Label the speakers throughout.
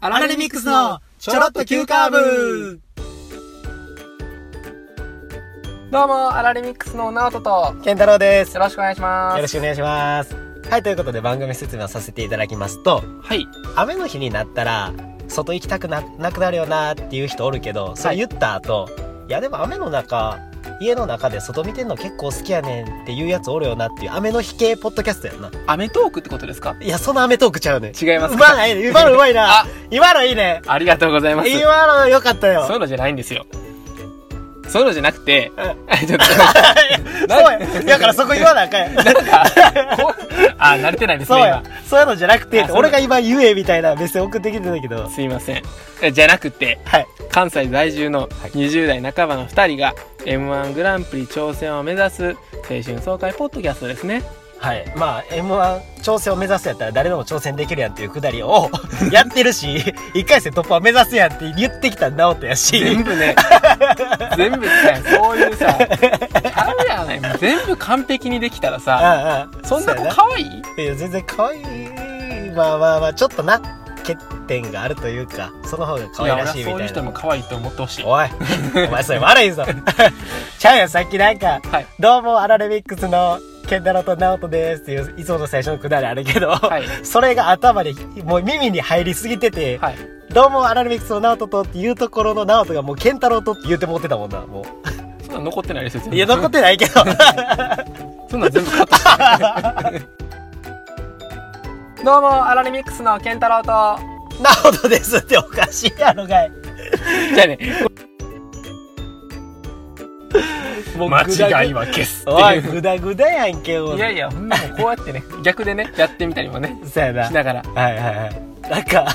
Speaker 1: アラレミックスのちょろっと急カーブ
Speaker 2: どうも、アラレミックスのナオトと、
Speaker 1: 健太郎です。
Speaker 2: よろしくお願いしま
Speaker 1: よろ
Speaker 2: す。
Speaker 1: しくお願いします。はい、ということで番組説明をさせていただきますと、
Speaker 2: はい。
Speaker 1: 雨の日になったら、外行きたくななくなるよなっていう人おるけど、それ言った後、い、やでも雨の中、家の中で外見てんの結構好きやねんっていうやつおるよなっていう雨の日系ポッドキャストやんな。
Speaker 2: アメトークってことですか
Speaker 1: いや、その雨トークちゃうねん。
Speaker 2: 違います
Speaker 1: う
Speaker 2: か
Speaker 1: まない、今のうまいな
Speaker 2: あ。
Speaker 1: 今のいいね。
Speaker 2: ありがとうございます。
Speaker 1: 今の良かったよ。
Speaker 2: そういうのじゃないんですよ。そういうのじゃなくて、
Speaker 1: うん
Speaker 2: ちょっ
Speaker 1: そうや。だからそこ言わなあかんやん。
Speaker 2: と、なんか、こうあ、慣れてない です
Speaker 1: そう
Speaker 2: ね、
Speaker 1: や
Speaker 2: 今。。
Speaker 1: そういうのじゃなくて
Speaker 2: あ、そう
Speaker 1: 俺が今言えみたいな目線送ってきてたけど。
Speaker 2: すいません。えじゃなくて、
Speaker 1: はい。
Speaker 2: 関西在住の20代半ばの2人が m 1グランプリ挑戦を目指す青春爽快ポッドキャストですね
Speaker 1: はい。まあ、M1 挑戦を目指すやったら誰でも挑戦できるやんっていうくだりを やってるし、1回戦突破を目指すやんって言ってきた直人や
Speaker 2: 全
Speaker 1: し、
Speaker 2: 部 ね全部さそういうさちゃうやない全部完璧にできたらさ
Speaker 1: ああ
Speaker 2: そんな子
Speaker 1: うや
Speaker 2: 可愛い
Speaker 1: いや、全然可愛い。まあまあまあ、ちょっとな、欠点があるというか、その方が可
Speaker 2: い
Speaker 1: 愛
Speaker 2: や
Speaker 1: ら
Speaker 2: 俺は
Speaker 1: しいみ
Speaker 2: そうい
Speaker 1: た
Speaker 2: う
Speaker 1: い
Speaker 2: 人
Speaker 1: な。
Speaker 2: も可愛いと思ってほしいは
Speaker 1: おい、お前それ悪 いぞ。ちゃうやん、さっきなんか、
Speaker 2: い
Speaker 1: どうも、アラレミックスの、ケンダロとナオトですっていう、いつもの最初のくだりあるけど、
Speaker 2: はい
Speaker 1: それが頭に、もう耳に入りすぎてて、
Speaker 2: はい
Speaker 1: どうも、アラレミックスのナオトとっていうところのナオトがもう、ケンタロウとって言うてもってたもんな、も
Speaker 2: そんなん残ってないですよ全
Speaker 1: う。
Speaker 2: 部
Speaker 1: いや、残ってないけど。
Speaker 2: そんなん全部カットして どうもアラレミックスのケンタロウとじゃ
Speaker 1: ナオトですっておかしいやろがい。
Speaker 2: あねは消す
Speaker 1: お い、グダグダやんけ、もう
Speaker 2: いやいや、ほんなもうこうやってね、逆でね、やってみたりもね、
Speaker 1: そうやな。
Speaker 2: しな がら。
Speaker 1: はいはいはい。なんか、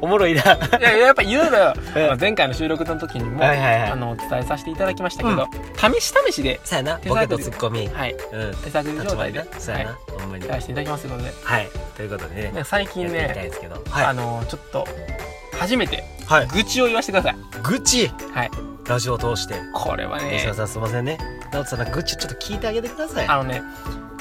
Speaker 1: おもろいな。はい
Speaker 2: やいや、やっぱいろいろ、
Speaker 1: え
Speaker 2: まあ前回の収録の時にも、
Speaker 1: いはい
Speaker 2: あ
Speaker 1: はい。
Speaker 2: の、お伝えさせていただきましたけど、試し試しで、
Speaker 1: そうやな、
Speaker 2: 手探り
Speaker 1: ボケとツッコミ。
Speaker 2: はい、
Speaker 1: うん。
Speaker 2: 手探り
Speaker 1: 立
Speaker 2: 状
Speaker 1: ち回り
Speaker 2: 態で、
Speaker 1: な。そうやな
Speaker 2: は、
Speaker 1: ほんまに
Speaker 2: い、。やらせていただきますので、
Speaker 1: はい。ということでね、
Speaker 2: ね最
Speaker 1: や
Speaker 2: 近
Speaker 1: っていきたい
Speaker 2: ね、
Speaker 1: ですけど。
Speaker 2: あ
Speaker 1: は
Speaker 2: の、ちょっと、初めて、
Speaker 1: い。はい。
Speaker 2: 愚痴を言わせてください。
Speaker 1: 愚痴
Speaker 2: はい。
Speaker 1: ラジオを通して。
Speaker 2: これは
Speaker 1: 吉
Speaker 2: ね
Speaker 1: 野、さんすいませんね。直人さんの愚痴ちょっと聞いてあげてください。
Speaker 2: あのね、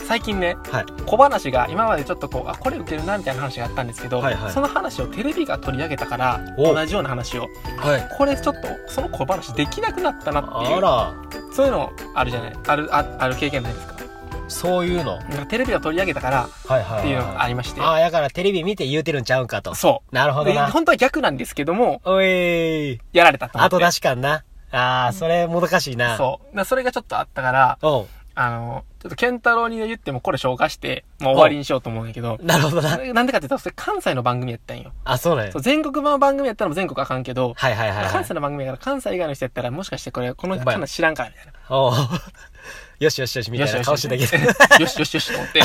Speaker 2: 最近ね、
Speaker 1: はい
Speaker 2: 小話が今までちょっとこうあこれ受けるなみたいな話があったんですけど、
Speaker 1: はいはい
Speaker 2: その話をテレビが取り上げたから
Speaker 1: お
Speaker 2: 同じような話を
Speaker 1: はい。
Speaker 2: これちょっとその小話できなくなったなってい
Speaker 1: あ
Speaker 2: う
Speaker 1: ら、
Speaker 2: そういうのあるじゃないあるあある経験ないですか
Speaker 1: そういうの。
Speaker 2: なんかテレビを取り上げたからっ
Speaker 1: はいはい。
Speaker 2: ていうのがありまして
Speaker 1: ああ、だからテレビ見て言うてるんちゃうんかと。
Speaker 2: そ
Speaker 1: なる
Speaker 2: う
Speaker 1: ほど
Speaker 2: で
Speaker 1: な。
Speaker 2: 本当は逆なんですけども
Speaker 1: おいー。
Speaker 2: やられたと思って
Speaker 1: 後出し感な。ああ、それもどかしいな。
Speaker 2: そうなそれがちょっとあったから
Speaker 1: う。おう。
Speaker 2: あのちょっと健太郎に言ってもこれ消化してもう終わりにしようと思うんだけど
Speaker 1: なるほど
Speaker 2: そ
Speaker 1: な。
Speaker 2: れなんでかって言ったらそれ関西の番組やったんよ
Speaker 1: あ、そうなんや
Speaker 2: そう全国版の番組やったらもう全国あかんけど
Speaker 1: はいはいはいはい
Speaker 2: 関。西の番組やから関西以外の人やったらもしかしてこれこの
Speaker 1: ほんまや
Speaker 2: 人知らんからみたいな
Speaker 1: おう よしよしよしみたいな顔してたけ ど。
Speaker 2: よしよしよしと思って。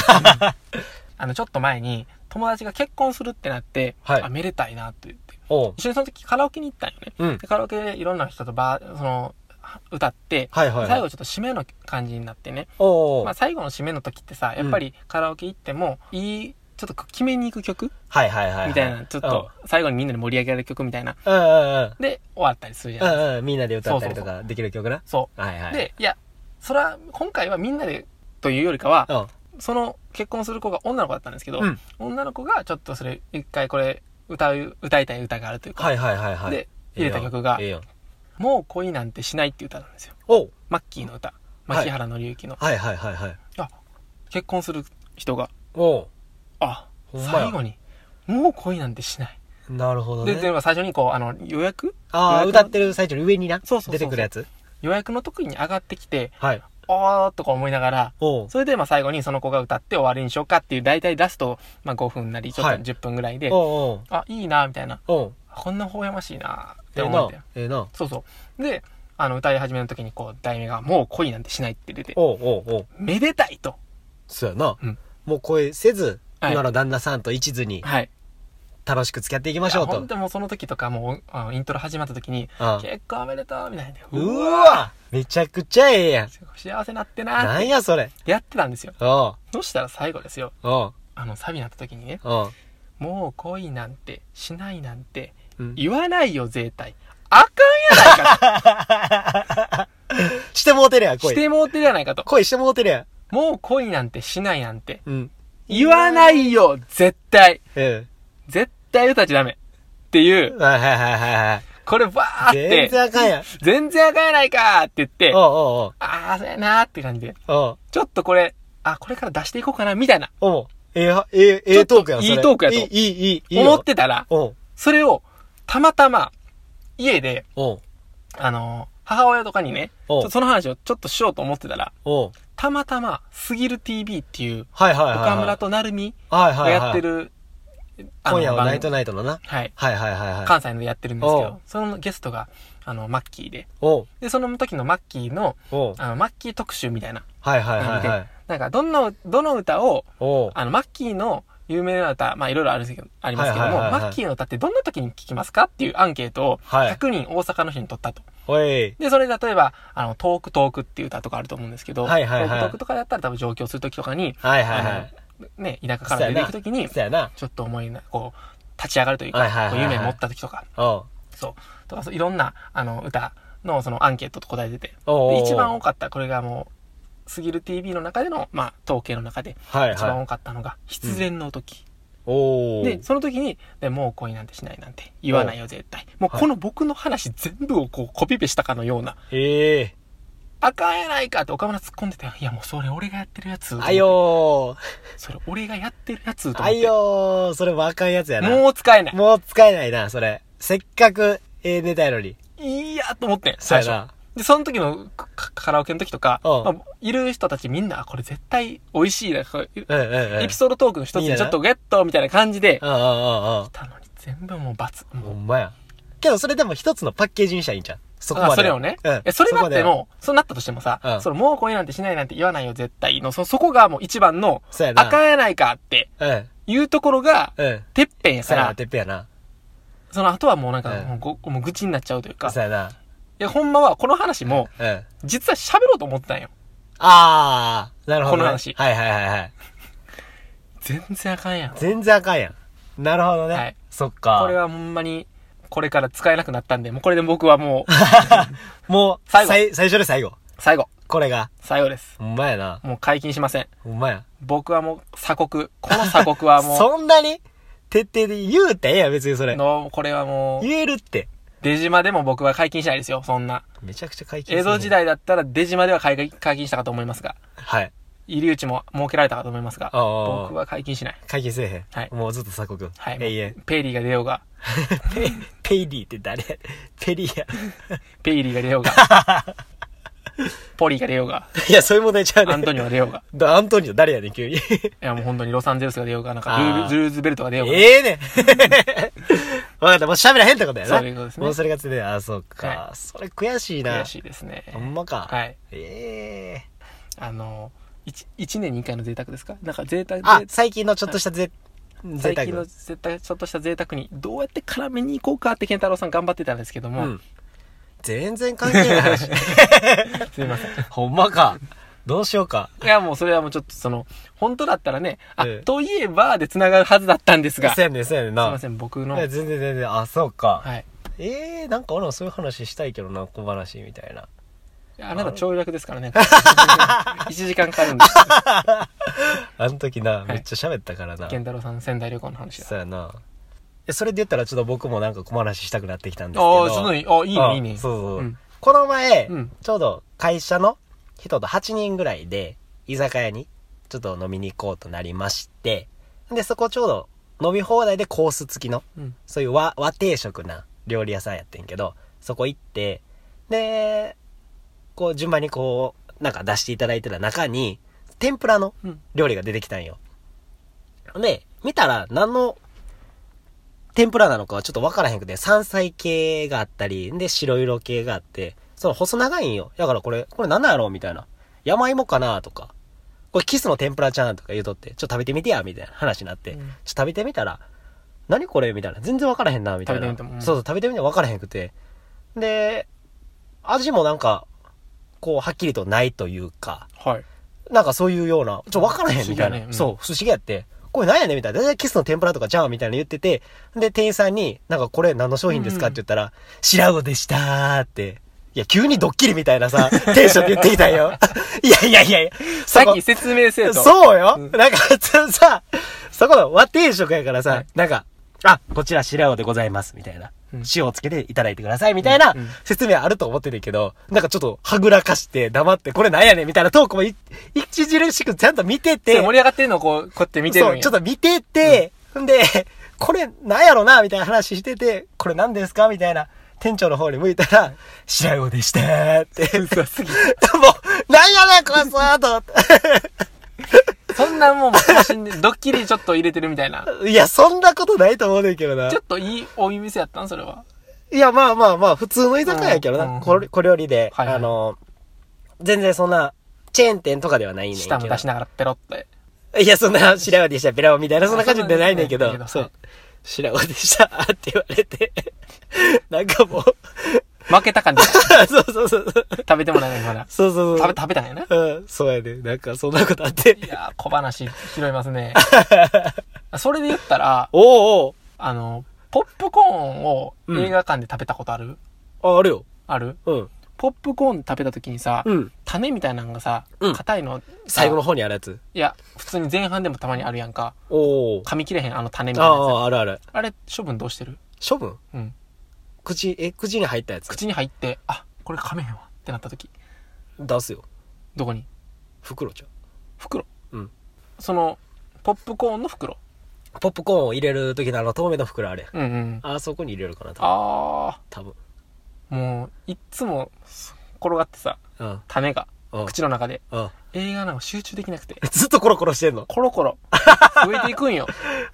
Speaker 2: あの、ちょっと前に、友達が結婚するってなって、
Speaker 1: はい
Speaker 2: あ、めでたいなって言って。
Speaker 1: おう。
Speaker 2: 一緒にその時カラオケに行ったんよね。
Speaker 1: うん。
Speaker 2: でカラオケでいろんな人とバー、その、は歌って、
Speaker 1: はいはい
Speaker 2: 最
Speaker 1: はい。
Speaker 2: 後ちょっと締めの感じになってね。
Speaker 1: おうおう。
Speaker 2: まあ最後の締めの時ってさ、やっぱりカラオケ行っても、いい、ちょっと決めに行く曲
Speaker 1: はいはいはいはい。
Speaker 2: みたいな、ちょっと最後にみんなで盛り上げられる曲みたいな。
Speaker 1: うん。うんうんうん。
Speaker 2: で、終わったりするじゃ
Speaker 1: う
Speaker 2: ない
Speaker 1: んうん。みんなで歌ったりとかできる曲な。
Speaker 2: そ
Speaker 1: はいは
Speaker 2: う。
Speaker 1: い。、
Speaker 2: で、いや、それは、今回はみんなで、というよりかは、
Speaker 1: うん。
Speaker 2: その結婚する子が女の子だったんですけど、
Speaker 1: うん
Speaker 2: 女の子がちょっとそれ一回これ歌う歌いたい歌があるというか、
Speaker 1: はいはいはいはい。
Speaker 2: で入れた曲が
Speaker 1: ええよ。
Speaker 2: 「もう恋なんてしない」っていう歌なんですよ
Speaker 1: おう。
Speaker 2: マッキーの歌牧原紀之の、
Speaker 1: はいはいはいはい。
Speaker 2: 結婚する人が
Speaker 1: おう。
Speaker 2: あ
Speaker 1: ほんまや
Speaker 2: 最後に「もう恋なんてしない
Speaker 1: なるほ」ど
Speaker 2: で
Speaker 1: ね。
Speaker 2: で最初にこうあの予約
Speaker 1: ああ、
Speaker 2: 予約
Speaker 1: 歌ってる最中の上にな。
Speaker 2: そうそうそう
Speaker 1: 出てくるやつ。
Speaker 2: 予約の時に上がってきて
Speaker 1: はい。
Speaker 2: あーとか思いながら
Speaker 1: おう。
Speaker 2: それでまあ最後にその子が歌って終わりにしようかっていう大体出すと、まあ、5分なりちょっ
Speaker 1: はい
Speaker 2: と10分ぐらいで、
Speaker 1: おう
Speaker 2: あいいなみたいな
Speaker 1: おう。おう。
Speaker 2: こんな微笑ましいなっ
Speaker 1: え
Speaker 2: て
Speaker 1: え
Speaker 2: 思
Speaker 1: な
Speaker 2: って。
Speaker 1: ええな。
Speaker 2: そうそう。で、あの、歌い始めの時にこう、題名が、もう恋なんてしないって出て、
Speaker 1: おうおうおう。
Speaker 2: めでたいと。
Speaker 1: そうやな
Speaker 2: うん。
Speaker 1: もう声せず、
Speaker 2: はい
Speaker 1: 今の旦那さんと一途に
Speaker 2: はい。
Speaker 1: 楽しく付き合っていきましょうと。
Speaker 2: 本当もうその時とか、もう、あのイントロ始まった時に、
Speaker 1: ああ
Speaker 2: 結構おめでとうみたいな。
Speaker 1: うわめちゃくちゃええやん。
Speaker 2: 幸せなってな
Speaker 1: な
Speaker 2: って
Speaker 1: んやそれ。
Speaker 2: やってたんですよ。
Speaker 1: おう
Speaker 2: そしたら最後ですよ。
Speaker 1: おう
Speaker 2: あの、サビになった時にね、
Speaker 1: おう
Speaker 2: もう恋なんてしないなんて
Speaker 1: うん
Speaker 2: 言わないよ、絶対。あかんやないか
Speaker 1: してもうてるやん、
Speaker 2: と。し
Speaker 1: 恋。
Speaker 2: てもうてるやないかと。
Speaker 1: 恋してもうてるや
Speaker 2: もう恋なんてしないなんて。
Speaker 1: ん。うん。
Speaker 2: 言わないよ、絶対。
Speaker 1: ええ。
Speaker 2: 絶対歌っちゃダメ。っていう、
Speaker 1: はいはいはいはいはい。
Speaker 2: これバーって、
Speaker 1: 全然あかんやん。
Speaker 2: 全然あかんやないかーって言って、あ
Speaker 1: おう
Speaker 2: あー、そうやなーって感じで、
Speaker 1: おうおう。
Speaker 2: ちょっとこれ、あ、これから出していこうかな、みたいな、
Speaker 1: おうおう。ええや、ええ、ええトークやん、そ
Speaker 2: ちょ
Speaker 1: れ。
Speaker 2: っといいトークやと
Speaker 1: いい、いい、いい。いいよ
Speaker 2: 思っ。てたら、
Speaker 1: おう
Speaker 2: それを、たまたま、家で、
Speaker 1: おう
Speaker 2: あのー母親とかにね、ち
Speaker 1: おう
Speaker 2: ょその話をちょっとしようと思ってたら、
Speaker 1: おう
Speaker 2: たまたま、すぎる TV っていう、
Speaker 1: はいはいはいはい。
Speaker 2: 岡村となるみ
Speaker 1: はい
Speaker 2: が
Speaker 1: はいはい。
Speaker 2: やってる、あの
Speaker 1: 今夜は
Speaker 2: 番
Speaker 1: ナ
Speaker 2: 組
Speaker 1: イトナイトのな。
Speaker 2: はい。
Speaker 1: はいはいはいはい。
Speaker 2: 関西のでやってるんですけ
Speaker 1: お
Speaker 2: ど
Speaker 1: う、
Speaker 2: そのゲストが、あの、マッキーで。
Speaker 1: おう
Speaker 2: で、その時のマッキーの、
Speaker 1: おう
Speaker 2: あの、マッキー特集みたいな。
Speaker 1: はいはいはいはい。
Speaker 2: なんか、どんな、どの歌を、
Speaker 1: おう
Speaker 2: あの、マッキーの有名な歌、まあ、いろいろあるんですけど、ありますけども、
Speaker 1: はいはいはいはい
Speaker 2: マッキーの歌ってどんな時に聴きますかっていうアンケートを、
Speaker 1: はい
Speaker 2: 100人大阪の人に取ったと。
Speaker 1: おい。
Speaker 2: で、それで例えば、あの、トークトークっていう歌とかあると思うんですけど、
Speaker 1: はいはいはい
Speaker 2: トークトークとかだったら多分上京する時とかに、
Speaker 1: はいはいはい。
Speaker 2: ね、田舎から出ていく時に、
Speaker 1: そうやな。
Speaker 2: ちょっと思いな、こう、立ち上がるというか、
Speaker 1: はいはいはいはい
Speaker 2: こう夢持った時とか、
Speaker 1: おう
Speaker 2: そう、とかそういろんな、あの、歌のそのアンケートと答えてて、
Speaker 1: おうお
Speaker 2: で
Speaker 1: う
Speaker 2: 一番多かった、これがもう、すぎる TV の中での、まあ、統計の中で、
Speaker 1: はい
Speaker 2: 一番
Speaker 1: はい。
Speaker 2: 多かったのが、失恋の時。
Speaker 1: おう
Speaker 2: で、その時に、でもう恋なんてしないなんて言わないよ、絶対。もう
Speaker 1: はい
Speaker 2: この僕の話全部をこうコピペしたかのような、
Speaker 1: ええ。
Speaker 2: あかんやないかって岡村突っ込んでて、いやもうそれ俺がやってるやつ。
Speaker 1: あい。よー。
Speaker 2: それ俺がやってるやつと
Speaker 1: あ
Speaker 2: 思っ
Speaker 1: い
Speaker 2: て。
Speaker 1: よー。それもあかんやつやな。
Speaker 2: もう使えない。
Speaker 1: もう使えないな、それ。せっかく、ええネタやのに。
Speaker 2: いいやと思ってん、
Speaker 1: そう
Speaker 2: 最
Speaker 1: や
Speaker 2: 初。
Speaker 1: な。
Speaker 2: で、その時のカカラオケの時とか、
Speaker 1: うん
Speaker 2: まあいる人たちみんな、あこれ絶対美味しいな。こう
Speaker 1: うんうんうん。
Speaker 2: エピソードトークの一つ
Speaker 1: いい
Speaker 2: に
Speaker 1: な
Speaker 2: ちょっとゲットみたいな感じで、
Speaker 1: うんうんうんうん。
Speaker 2: たのに全部もう罰。
Speaker 1: ほ
Speaker 2: もうん
Speaker 1: まや。けどそれでも一つのパッケージにしたらいいんじゃん。そこまでは。
Speaker 2: あそれをね。
Speaker 1: うん
Speaker 2: え、それだっ
Speaker 1: こで
Speaker 2: て
Speaker 1: は
Speaker 2: もう、そうなったとしてもさ、
Speaker 1: うん
Speaker 2: そのもう恋なんてしないなんて言わないよ絶対の、そ、そこがもう一番の、
Speaker 1: そうやな。
Speaker 2: あかんやないかって
Speaker 1: うん。
Speaker 2: いうところが、
Speaker 1: うん。
Speaker 2: てっぺんや
Speaker 1: さ
Speaker 2: か
Speaker 1: やな、
Speaker 2: ら、
Speaker 1: てっぺんやな。
Speaker 2: その後はもうなんか、
Speaker 1: うん
Speaker 2: もうごもう愚痴になっちゃうというか、い
Speaker 1: さやな。
Speaker 2: や、ほんまはこの話も、
Speaker 1: うん。
Speaker 2: 実は喋ろうと思ってたんよ。
Speaker 1: あー、なるほど、ね。
Speaker 2: この話
Speaker 1: はいはいはいはい。
Speaker 2: 全然あかんやん。こ
Speaker 1: 全然あかんやん。なるほどね。
Speaker 2: はい
Speaker 1: そっか。
Speaker 2: れはほんまに、これから使えなくなったんで、もうこれで僕は もう、
Speaker 1: もう、
Speaker 2: 最後
Speaker 1: 最最初で最後。
Speaker 2: 最後、
Speaker 1: これが。
Speaker 2: 最後です。
Speaker 1: ほんまやな。
Speaker 2: もう解禁しません。
Speaker 1: ほんまや。
Speaker 2: 僕はもう鎖国。この鎖国は も、
Speaker 1: そんなに徹底で言うてええやん、別にそうれ。
Speaker 2: の、これはもう、
Speaker 1: 言えるって。
Speaker 2: 出島でも僕は解禁しないですよ、そんな。
Speaker 1: めちゃくちゃ解禁する
Speaker 2: 江戸時。代だったら出島では解解禁したかと思いますが、
Speaker 1: はい。
Speaker 2: 入り口も設けられたかと思いますが、
Speaker 1: ああ
Speaker 2: 僕は解禁しない。
Speaker 1: 解禁せえへん。
Speaker 2: はい
Speaker 1: もうずっと鎖国。
Speaker 2: はい。
Speaker 1: 永 遠。
Speaker 2: ペイリーが出ようが、
Speaker 1: ペ、ペイリーって誰ペリーや。
Speaker 2: ペイリーが 出ようが、ポリーが出ようが、
Speaker 1: いや、そういう問題ちゃうね。
Speaker 2: アントニオが出ようが、
Speaker 1: だアントニオ誰やねん、急に。
Speaker 2: いやもう本当にロサンゼルスが出ようが、なんか
Speaker 1: あ
Speaker 2: ル
Speaker 1: あ
Speaker 2: ールルーズベルトが出ようが、
Speaker 1: ええねん。わかった、もう喋らへんってことやな。
Speaker 2: そういうことですね
Speaker 1: もうそれがつで、あ、そうか、
Speaker 2: は
Speaker 1: それ悔しいな。
Speaker 2: 悔しいですね。
Speaker 1: ほんまか。
Speaker 2: はい。
Speaker 1: ええ
Speaker 2: あの、一一年に一回の贅沢ですかなんか贅沢
Speaker 1: あ
Speaker 2: で、、
Speaker 1: 最近のちょっとしたぜ、贅
Speaker 2: 最
Speaker 1: 沢。
Speaker 2: 近の絶対ちょっとした贅沢にどうやって絡めに行こうかって健太郎さん頑張ってたんですけども、
Speaker 1: うん。全然関係ない 話。
Speaker 2: すいません。
Speaker 1: ほんまか。どうしようか。
Speaker 2: いや、もうそれはもうちょっとその、本当だったらね、あ、
Speaker 1: ええ
Speaker 2: といえばで繋がるはずだったんですが、
Speaker 1: そ
Speaker 2: す
Speaker 1: う
Speaker 2: い
Speaker 1: やねん、そうやねん
Speaker 2: ま
Speaker 1: な。
Speaker 2: せん、僕
Speaker 1: い
Speaker 2: の、
Speaker 1: や全然全然、あ、そうか。
Speaker 2: はい。
Speaker 1: ええなんか俺もそういう話したいけどな、小話みたいな。
Speaker 2: あなた跳躍ですからね。1時間かかるんです。
Speaker 1: あの時な、
Speaker 2: い
Speaker 1: めっちゃ喋ったからな。
Speaker 2: 健太郎さんの仙台旅行の話だ。
Speaker 1: そうやな。え、それで言ったらちょっと僕もなんか小話したくなってきたんですけど。
Speaker 2: ああ、ちょっといい、あ、いいね、いい
Speaker 1: あ
Speaker 2: ね。
Speaker 1: そうそうそう。
Speaker 2: ん
Speaker 1: この前、
Speaker 2: うん
Speaker 1: ちょうど会社の人と8人ぐらいで、居酒屋にちょっと飲みに行こうとなりまして、で、そこちょうど飲み放題でコース付きの、
Speaker 2: うん。
Speaker 1: そういう和、和定食な料理屋さんやってんけど、そこ行って、で、こう順番にこう、なんか出していただいてた中に、天ぷらの
Speaker 2: うん。
Speaker 1: 料理が出てきたんよ。で、見たら何の天ぷらなのかはちょっとわからへんくて、山菜系があったり、で、白色系があって、その細長いんよ。だからこれ、これ何なんやろうみたいな。山芋かなとか。これキスの天ぷらちゃんとか言うとって、ちょっと食べてみてや、みたいな話になって。
Speaker 2: うん
Speaker 1: ちょっと食べてみたら、何これみたいな。全然わからへんな、みたいな。
Speaker 2: 食べてみてもうん
Speaker 1: そうそう、食べてみてもわからへんくて。で、味もなんか、こう、はっきりとないというか。
Speaker 2: はい。
Speaker 1: なんかそういうような、ちょ、わからへんみたい
Speaker 2: 不思議
Speaker 1: な。
Speaker 2: やねうん
Speaker 1: そう、不思議やって。これなんやねんみたいな。大体キスの天ぷらとかじゃんみたいなの言ってて、で、店員さんに、なんかこれ何の商品ですか
Speaker 2: う
Speaker 1: っ
Speaker 2: ん
Speaker 1: て言ったら、白魚でしたーって。いや、急にドッキリみたいなさ、テンションで言ってきたん よ。いやいやいやいや、そ
Speaker 2: さ
Speaker 1: こ
Speaker 2: っき説明せえと。う。
Speaker 1: そうよ、なんか、さ、そこの和定食やからさ、なんか、あ、こちら白魚でございます、みたいな。
Speaker 2: うん
Speaker 1: 塩をつけていただいてください、みたいな
Speaker 2: うんうん
Speaker 1: 説明あると思ってるけど、なんかちょっとはぐらかして黙って、これなんやねんみたいなトークもい著しくちゃんと見て
Speaker 2: そ
Speaker 1: て、
Speaker 2: れ盛り上がってるのをこう、こうやって見てるんや。
Speaker 1: そう、ちょっと見てて、んで、これなんやろなみたいな話してて、これ何ですかみたいな。店長の方に向いたら、白魚でしたー って。も
Speaker 2: 嘘すぎ
Speaker 1: う、なんやねん、こいつーと思って。
Speaker 2: そんなもう、私にドッキリちょっと入れてる みたいな。
Speaker 1: いや、そんなことないと思うねんけどな
Speaker 2: ちょ。っといいお店やったんそれは。
Speaker 1: いや、まあまあまあ、普通の居酒屋やけど
Speaker 2: うん
Speaker 1: な。小料小料理で、
Speaker 2: はいはい
Speaker 1: あの、全然そんな、チェーン店とかではないねんけ
Speaker 2: 舌も出し
Speaker 1: ど。
Speaker 2: ながらペロって。
Speaker 1: いや、そんな、白魚でした、ベラオみたいな、そんな感じでないねんけ
Speaker 2: そんな
Speaker 1: ど。
Speaker 2: んじゃ
Speaker 1: そ。
Speaker 2: ないう
Speaker 1: 白魚でしたって言われて。 なんかもう、
Speaker 2: 負けた感じ。
Speaker 1: そうそうそうそう。
Speaker 2: 食べてもらえないまだ。
Speaker 1: そうそう
Speaker 2: 食
Speaker 1: そう
Speaker 2: べ、。食べたんやな。い
Speaker 1: うん、そうやね。なんか、そんなことあって。
Speaker 2: やー、小話拾います ね。それで言ったら、
Speaker 1: おう
Speaker 2: あの、ポップコーンを映画館で食べたことある、
Speaker 1: おうあ、あるよ。
Speaker 2: ある
Speaker 1: うん。
Speaker 2: ポップコーン食べた時にさ、
Speaker 1: うん。
Speaker 2: 種みたいなのがさ
Speaker 1: うん、
Speaker 2: 硬、いの。
Speaker 1: 最後の
Speaker 2: さ。
Speaker 1: 方にあるやつ。
Speaker 2: いや、普通に前半でもたまにあるやんか。
Speaker 1: おお。
Speaker 2: 噛み切れへん、あの種み
Speaker 1: あ
Speaker 2: たいなや
Speaker 1: あ、あるある。
Speaker 2: つ。あれ、処分どうしてる
Speaker 1: 処分
Speaker 2: うん。
Speaker 1: 口、え、口に入ったやつ。
Speaker 2: 口に入って、あ、これ噛めへんわってなった時。
Speaker 1: 出すよ。
Speaker 2: どこに
Speaker 1: 袋ちゃう。
Speaker 2: 袋。
Speaker 1: うん。
Speaker 2: その、ポップコーンの袋。
Speaker 1: ポップコーンを入れる時のあの透明の袋あれ。
Speaker 2: うんうん。
Speaker 1: あそこに入れるかな、多分。
Speaker 2: あ
Speaker 1: 多分。
Speaker 2: ー、もう、いっつも、転がってさ、
Speaker 1: うん。
Speaker 2: 種が、
Speaker 1: うん。
Speaker 2: 口の中で、
Speaker 1: うん。
Speaker 2: 映画なんか集中できなくて、
Speaker 1: ずっとコロコロしてんの。
Speaker 2: コロコロ、増えていく んよ、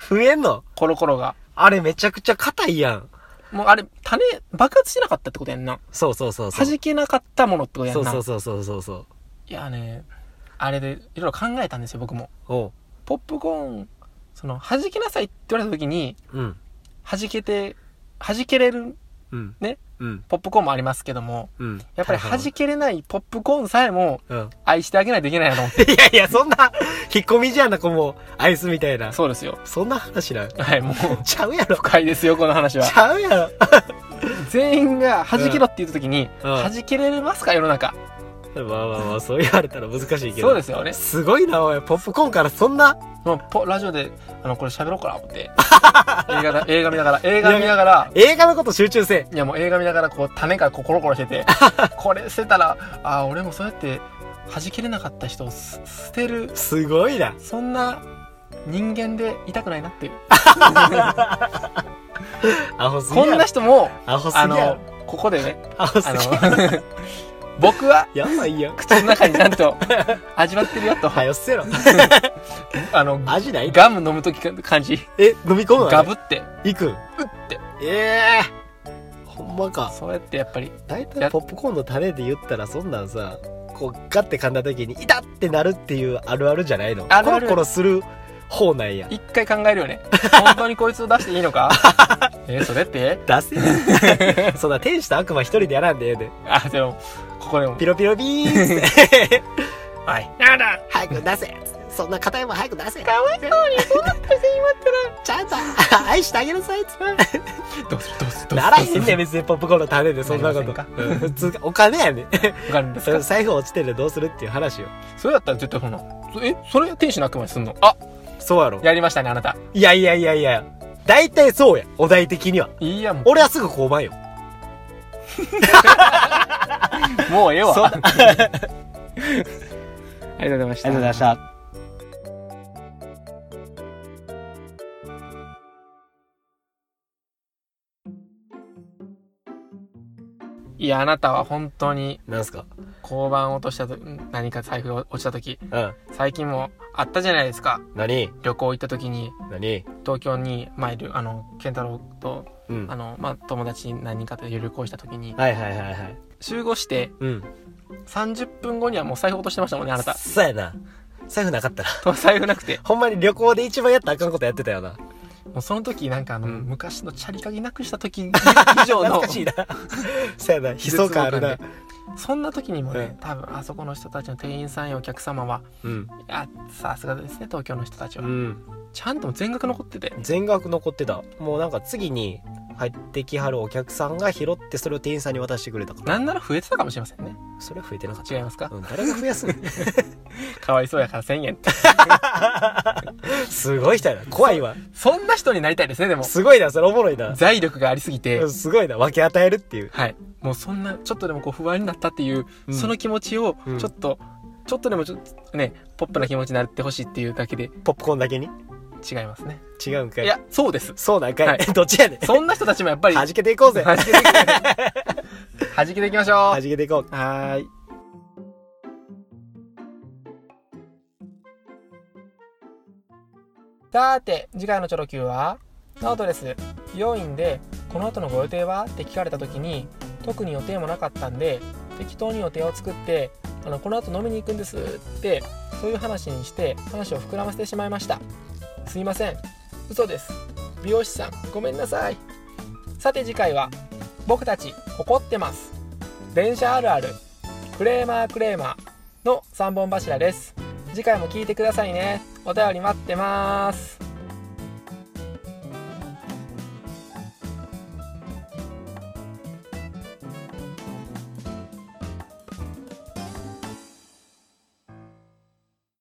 Speaker 1: 増えんの
Speaker 2: コロコロが。
Speaker 1: あれめちゃくちゃ硬いやん。
Speaker 2: もうあれ、種、爆発しなかったってことやんな。
Speaker 1: そうそうそうそう。
Speaker 2: 弾けなかったものってことやん
Speaker 1: そう
Speaker 2: な。
Speaker 1: そうそうそうそうそう。
Speaker 2: いやね、あれで、いろいろ考えたんですよ、僕も。
Speaker 1: おう。
Speaker 2: ポップコーン、その、弾けなさいって言われた時に、
Speaker 1: うん。
Speaker 2: 弾けて、弾けれる
Speaker 1: うん。
Speaker 2: ね。
Speaker 1: うん。
Speaker 2: ポップコーンもありますけども、
Speaker 1: うん。
Speaker 2: やっぱり
Speaker 1: は
Speaker 2: 弾
Speaker 1: じ
Speaker 2: けれないポップコーンさえも
Speaker 1: うん。
Speaker 2: 愛してあげないといけないなと思って。
Speaker 1: いやいや、そんな、引っ込みじゃな、こも、アイスみたい な。そ
Speaker 2: そうですよ。
Speaker 1: んな話なん。
Speaker 2: はい、もう、
Speaker 1: ちゃうやろ。
Speaker 2: 深いですよ、この話は
Speaker 1: ち。ゃうやろ。
Speaker 2: 全員が弾けろって言った時に、
Speaker 1: うんうん
Speaker 2: 弾けれますか世の中
Speaker 1: まあまあまあ、そう言われたら難しいけど。
Speaker 2: そうですよね
Speaker 1: すごいな、おい。ポップコーンからそんな、
Speaker 2: もうポラジオであのこれ喋ろうかな思って 映画だ映画見ながら映画見ながら
Speaker 1: 映画のこと集中せ
Speaker 2: いやもう映画見ながらこう種からこうコロコロし ててこれ捨てたらあー俺もそうやって弾けれなかった人をす捨てる
Speaker 1: え。すごいな。
Speaker 2: そんな人間でいたくないなっていう
Speaker 1: アホすぎ
Speaker 2: こん
Speaker 1: や
Speaker 2: な
Speaker 1: ろ。
Speaker 2: 人も
Speaker 1: アホすぎ
Speaker 2: あ
Speaker 1: や
Speaker 2: の
Speaker 1: ろ。
Speaker 2: ここでね
Speaker 1: アホす
Speaker 2: あ
Speaker 1: ぎ
Speaker 2: の
Speaker 1: やろ。
Speaker 2: 僕は
Speaker 1: やばいよ。
Speaker 2: 口の中になん と味わってるよと、
Speaker 1: はよ捨てろ。
Speaker 2: あの
Speaker 1: 味ない
Speaker 2: ガム飲む時か感じ
Speaker 1: え、飲み込むの
Speaker 2: ガブって。
Speaker 1: いくん。うってええほんまか。
Speaker 2: そうやってやっぱり
Speaker 1: 大体ポップコーンの種で言ったらそんなんさこうガッて噛んだ時に「痛っ!」てなるっていうあるあるじゃないの
Speaker 2: あるある
Speaker 1: コロコロする方なんや
Speaker 2: 一回考える よね本当にこいつを出していいのかえーそれって
Speaker 1: 出せよ そんな天使と悪魔一人でやらんでええで
Speaker 2: あでもここでも
Speaker 1: ピロピロビーンっつって
Speaker 2: はいなんだ
Speaker 1: 早く出せそんな硬いもん早く出せ
Speaker 2: かわいそうにそんなことして
Speaker 1: ちゃんと愛してあげなさいっつって
Speaker 2: 今どうするどうするどうする
Speaker 1: ならへんねん別にポップコーンの種 でそんなこと
Speaker 2: なりま
Speaker 1: うん普通お金やねん
Speaker 2: わかるんです
Speaker 1: それ
Speaker 2: か
Speaker 1: 財布落ちてるどうするっていう話よ
Speaker 2: それだったら絶対そんなそえそれ天使の悪魔にすんのあ
Speaker 1: そうやろ
Speaker 2: やりましたねあなた
Speaker 1: いやいやいやいや大体そうやお題的にはい
Speaker 2: いや も
Speaker 1: 俺はすぐ交番よ
Speaker 2: うもうええわ
Speaker 1: そん
Speaker 2: あ
Speaker 1: な
Speaker 2: りがとうございました
Speaker 1: た
Speaker 2: いやあなたは本当に
Speaker 1: なんすか
Speaker 2: 交番を落としたとん何か財布が落ちた時
Speaker 1: うん。
Speaker 2: 最近もあったじゃないですか
Speaker 1: 何
Speaker 2: 旅行行った時に
Speaker 1: 何
Speaker 2: 東京にまあいるあの健太郎と
Speaker 1: うん。
Speaker 2: あの、まあ、友達何人かと旅行した時に、
Speaker 1: はいはいはいはい。
Speaker 2: 集合して
Speaker 1: うん。
Speaker 2: 30分後にはもう財布落としてましたもんね、あ なた。
Speaker 1: そうやな。財布なかったら。
Speaker 2: と財布な くて。
Speaker 1: ほんまに旅行で一番やったらあかんことやってたよな。
Speaker 2: もうその時、なんかあの、
Speaker 1: うん
Speaker 2: 昔のチャリ鍵なくした時以上
Speaker 1: 懐
Speaker 2: の
Speaker 1: か、しいな。 そうやな。悲壮感あるな
Speaker 2: 絶。そんな時にも
Speaker 1: うん
Speaker 2: ね、多分あそこの人たちの店員さんやお客様は、
Speaker 1: うん。
Speaker 2: あ、さすがですね、東京の人たちは。
Speaker 1: ん。
Speaker 2: ちゃんと全額残ってて。
Speaker 1: 全額残ってた。もうなんか次に入ってきはるお客さんが拾ってそれを店員さんに渡してくれたから。
Speaker 2: なんなら増えてたかもしれませんね。
Speaker 1: それは増えてなかった。
Speaker 2: 違いますか
Speaker 1: うん。誰が増やすの
Speaker 2: かわいそうやから1000円って。
Speaker 1: すごい人や な。怖いわ。
Speaker 2: そんな人になりたいですね、でも。
Speaker 1: すごいな、それおもろいな。
Speaker 2: 財力がありすぎて、
Speaker 1: すごいな、分け与えるっていう。
Speaker 2: はい。もうそんな、ちょっとでもこう不安になったっていう、
Speaker 1: うん
Speaker 2: その気持ちを
Speaker 1: うん、
Speaker 2: ちょっと、ちょっとでもちょっとね、ポップな気持ちになってほしいっていうだけで
Speaker 1: ポップコーンだけに
Speaker 2: 違いますね。
Speaker 1: 違うんか
Speaker 2: い
Speaker 1: い。
Speaker 2: や、そうです。
Speaker 1: そうなんかい。
Speaker 2: はい
Speaker 1: どっちやねん。
Speaker 2: そんな人たちもやっぱり、
Speaker 1: 弾けていこうぜ。
Speaker 2: 弾けていく 弾けていきましょ
Speaker 1: 弾けていこう。
Speaker 2: う。はーい。さて、次回のチョロ Q は、ノートです。美容院で、この後のご予定はって聞かれた時に、特に予定もなかったんで、適当に予定を作って、あのこの後飲みに行くんですって、そういう話にして、話を膨らませてしまいました。すいません。嘘です。美容師さん、ごめんなさい。さて次回は僕たち怒ってます電車あるあるクレーマークレーマーの3本柱です次回も聞いてくださいねお便り待ってます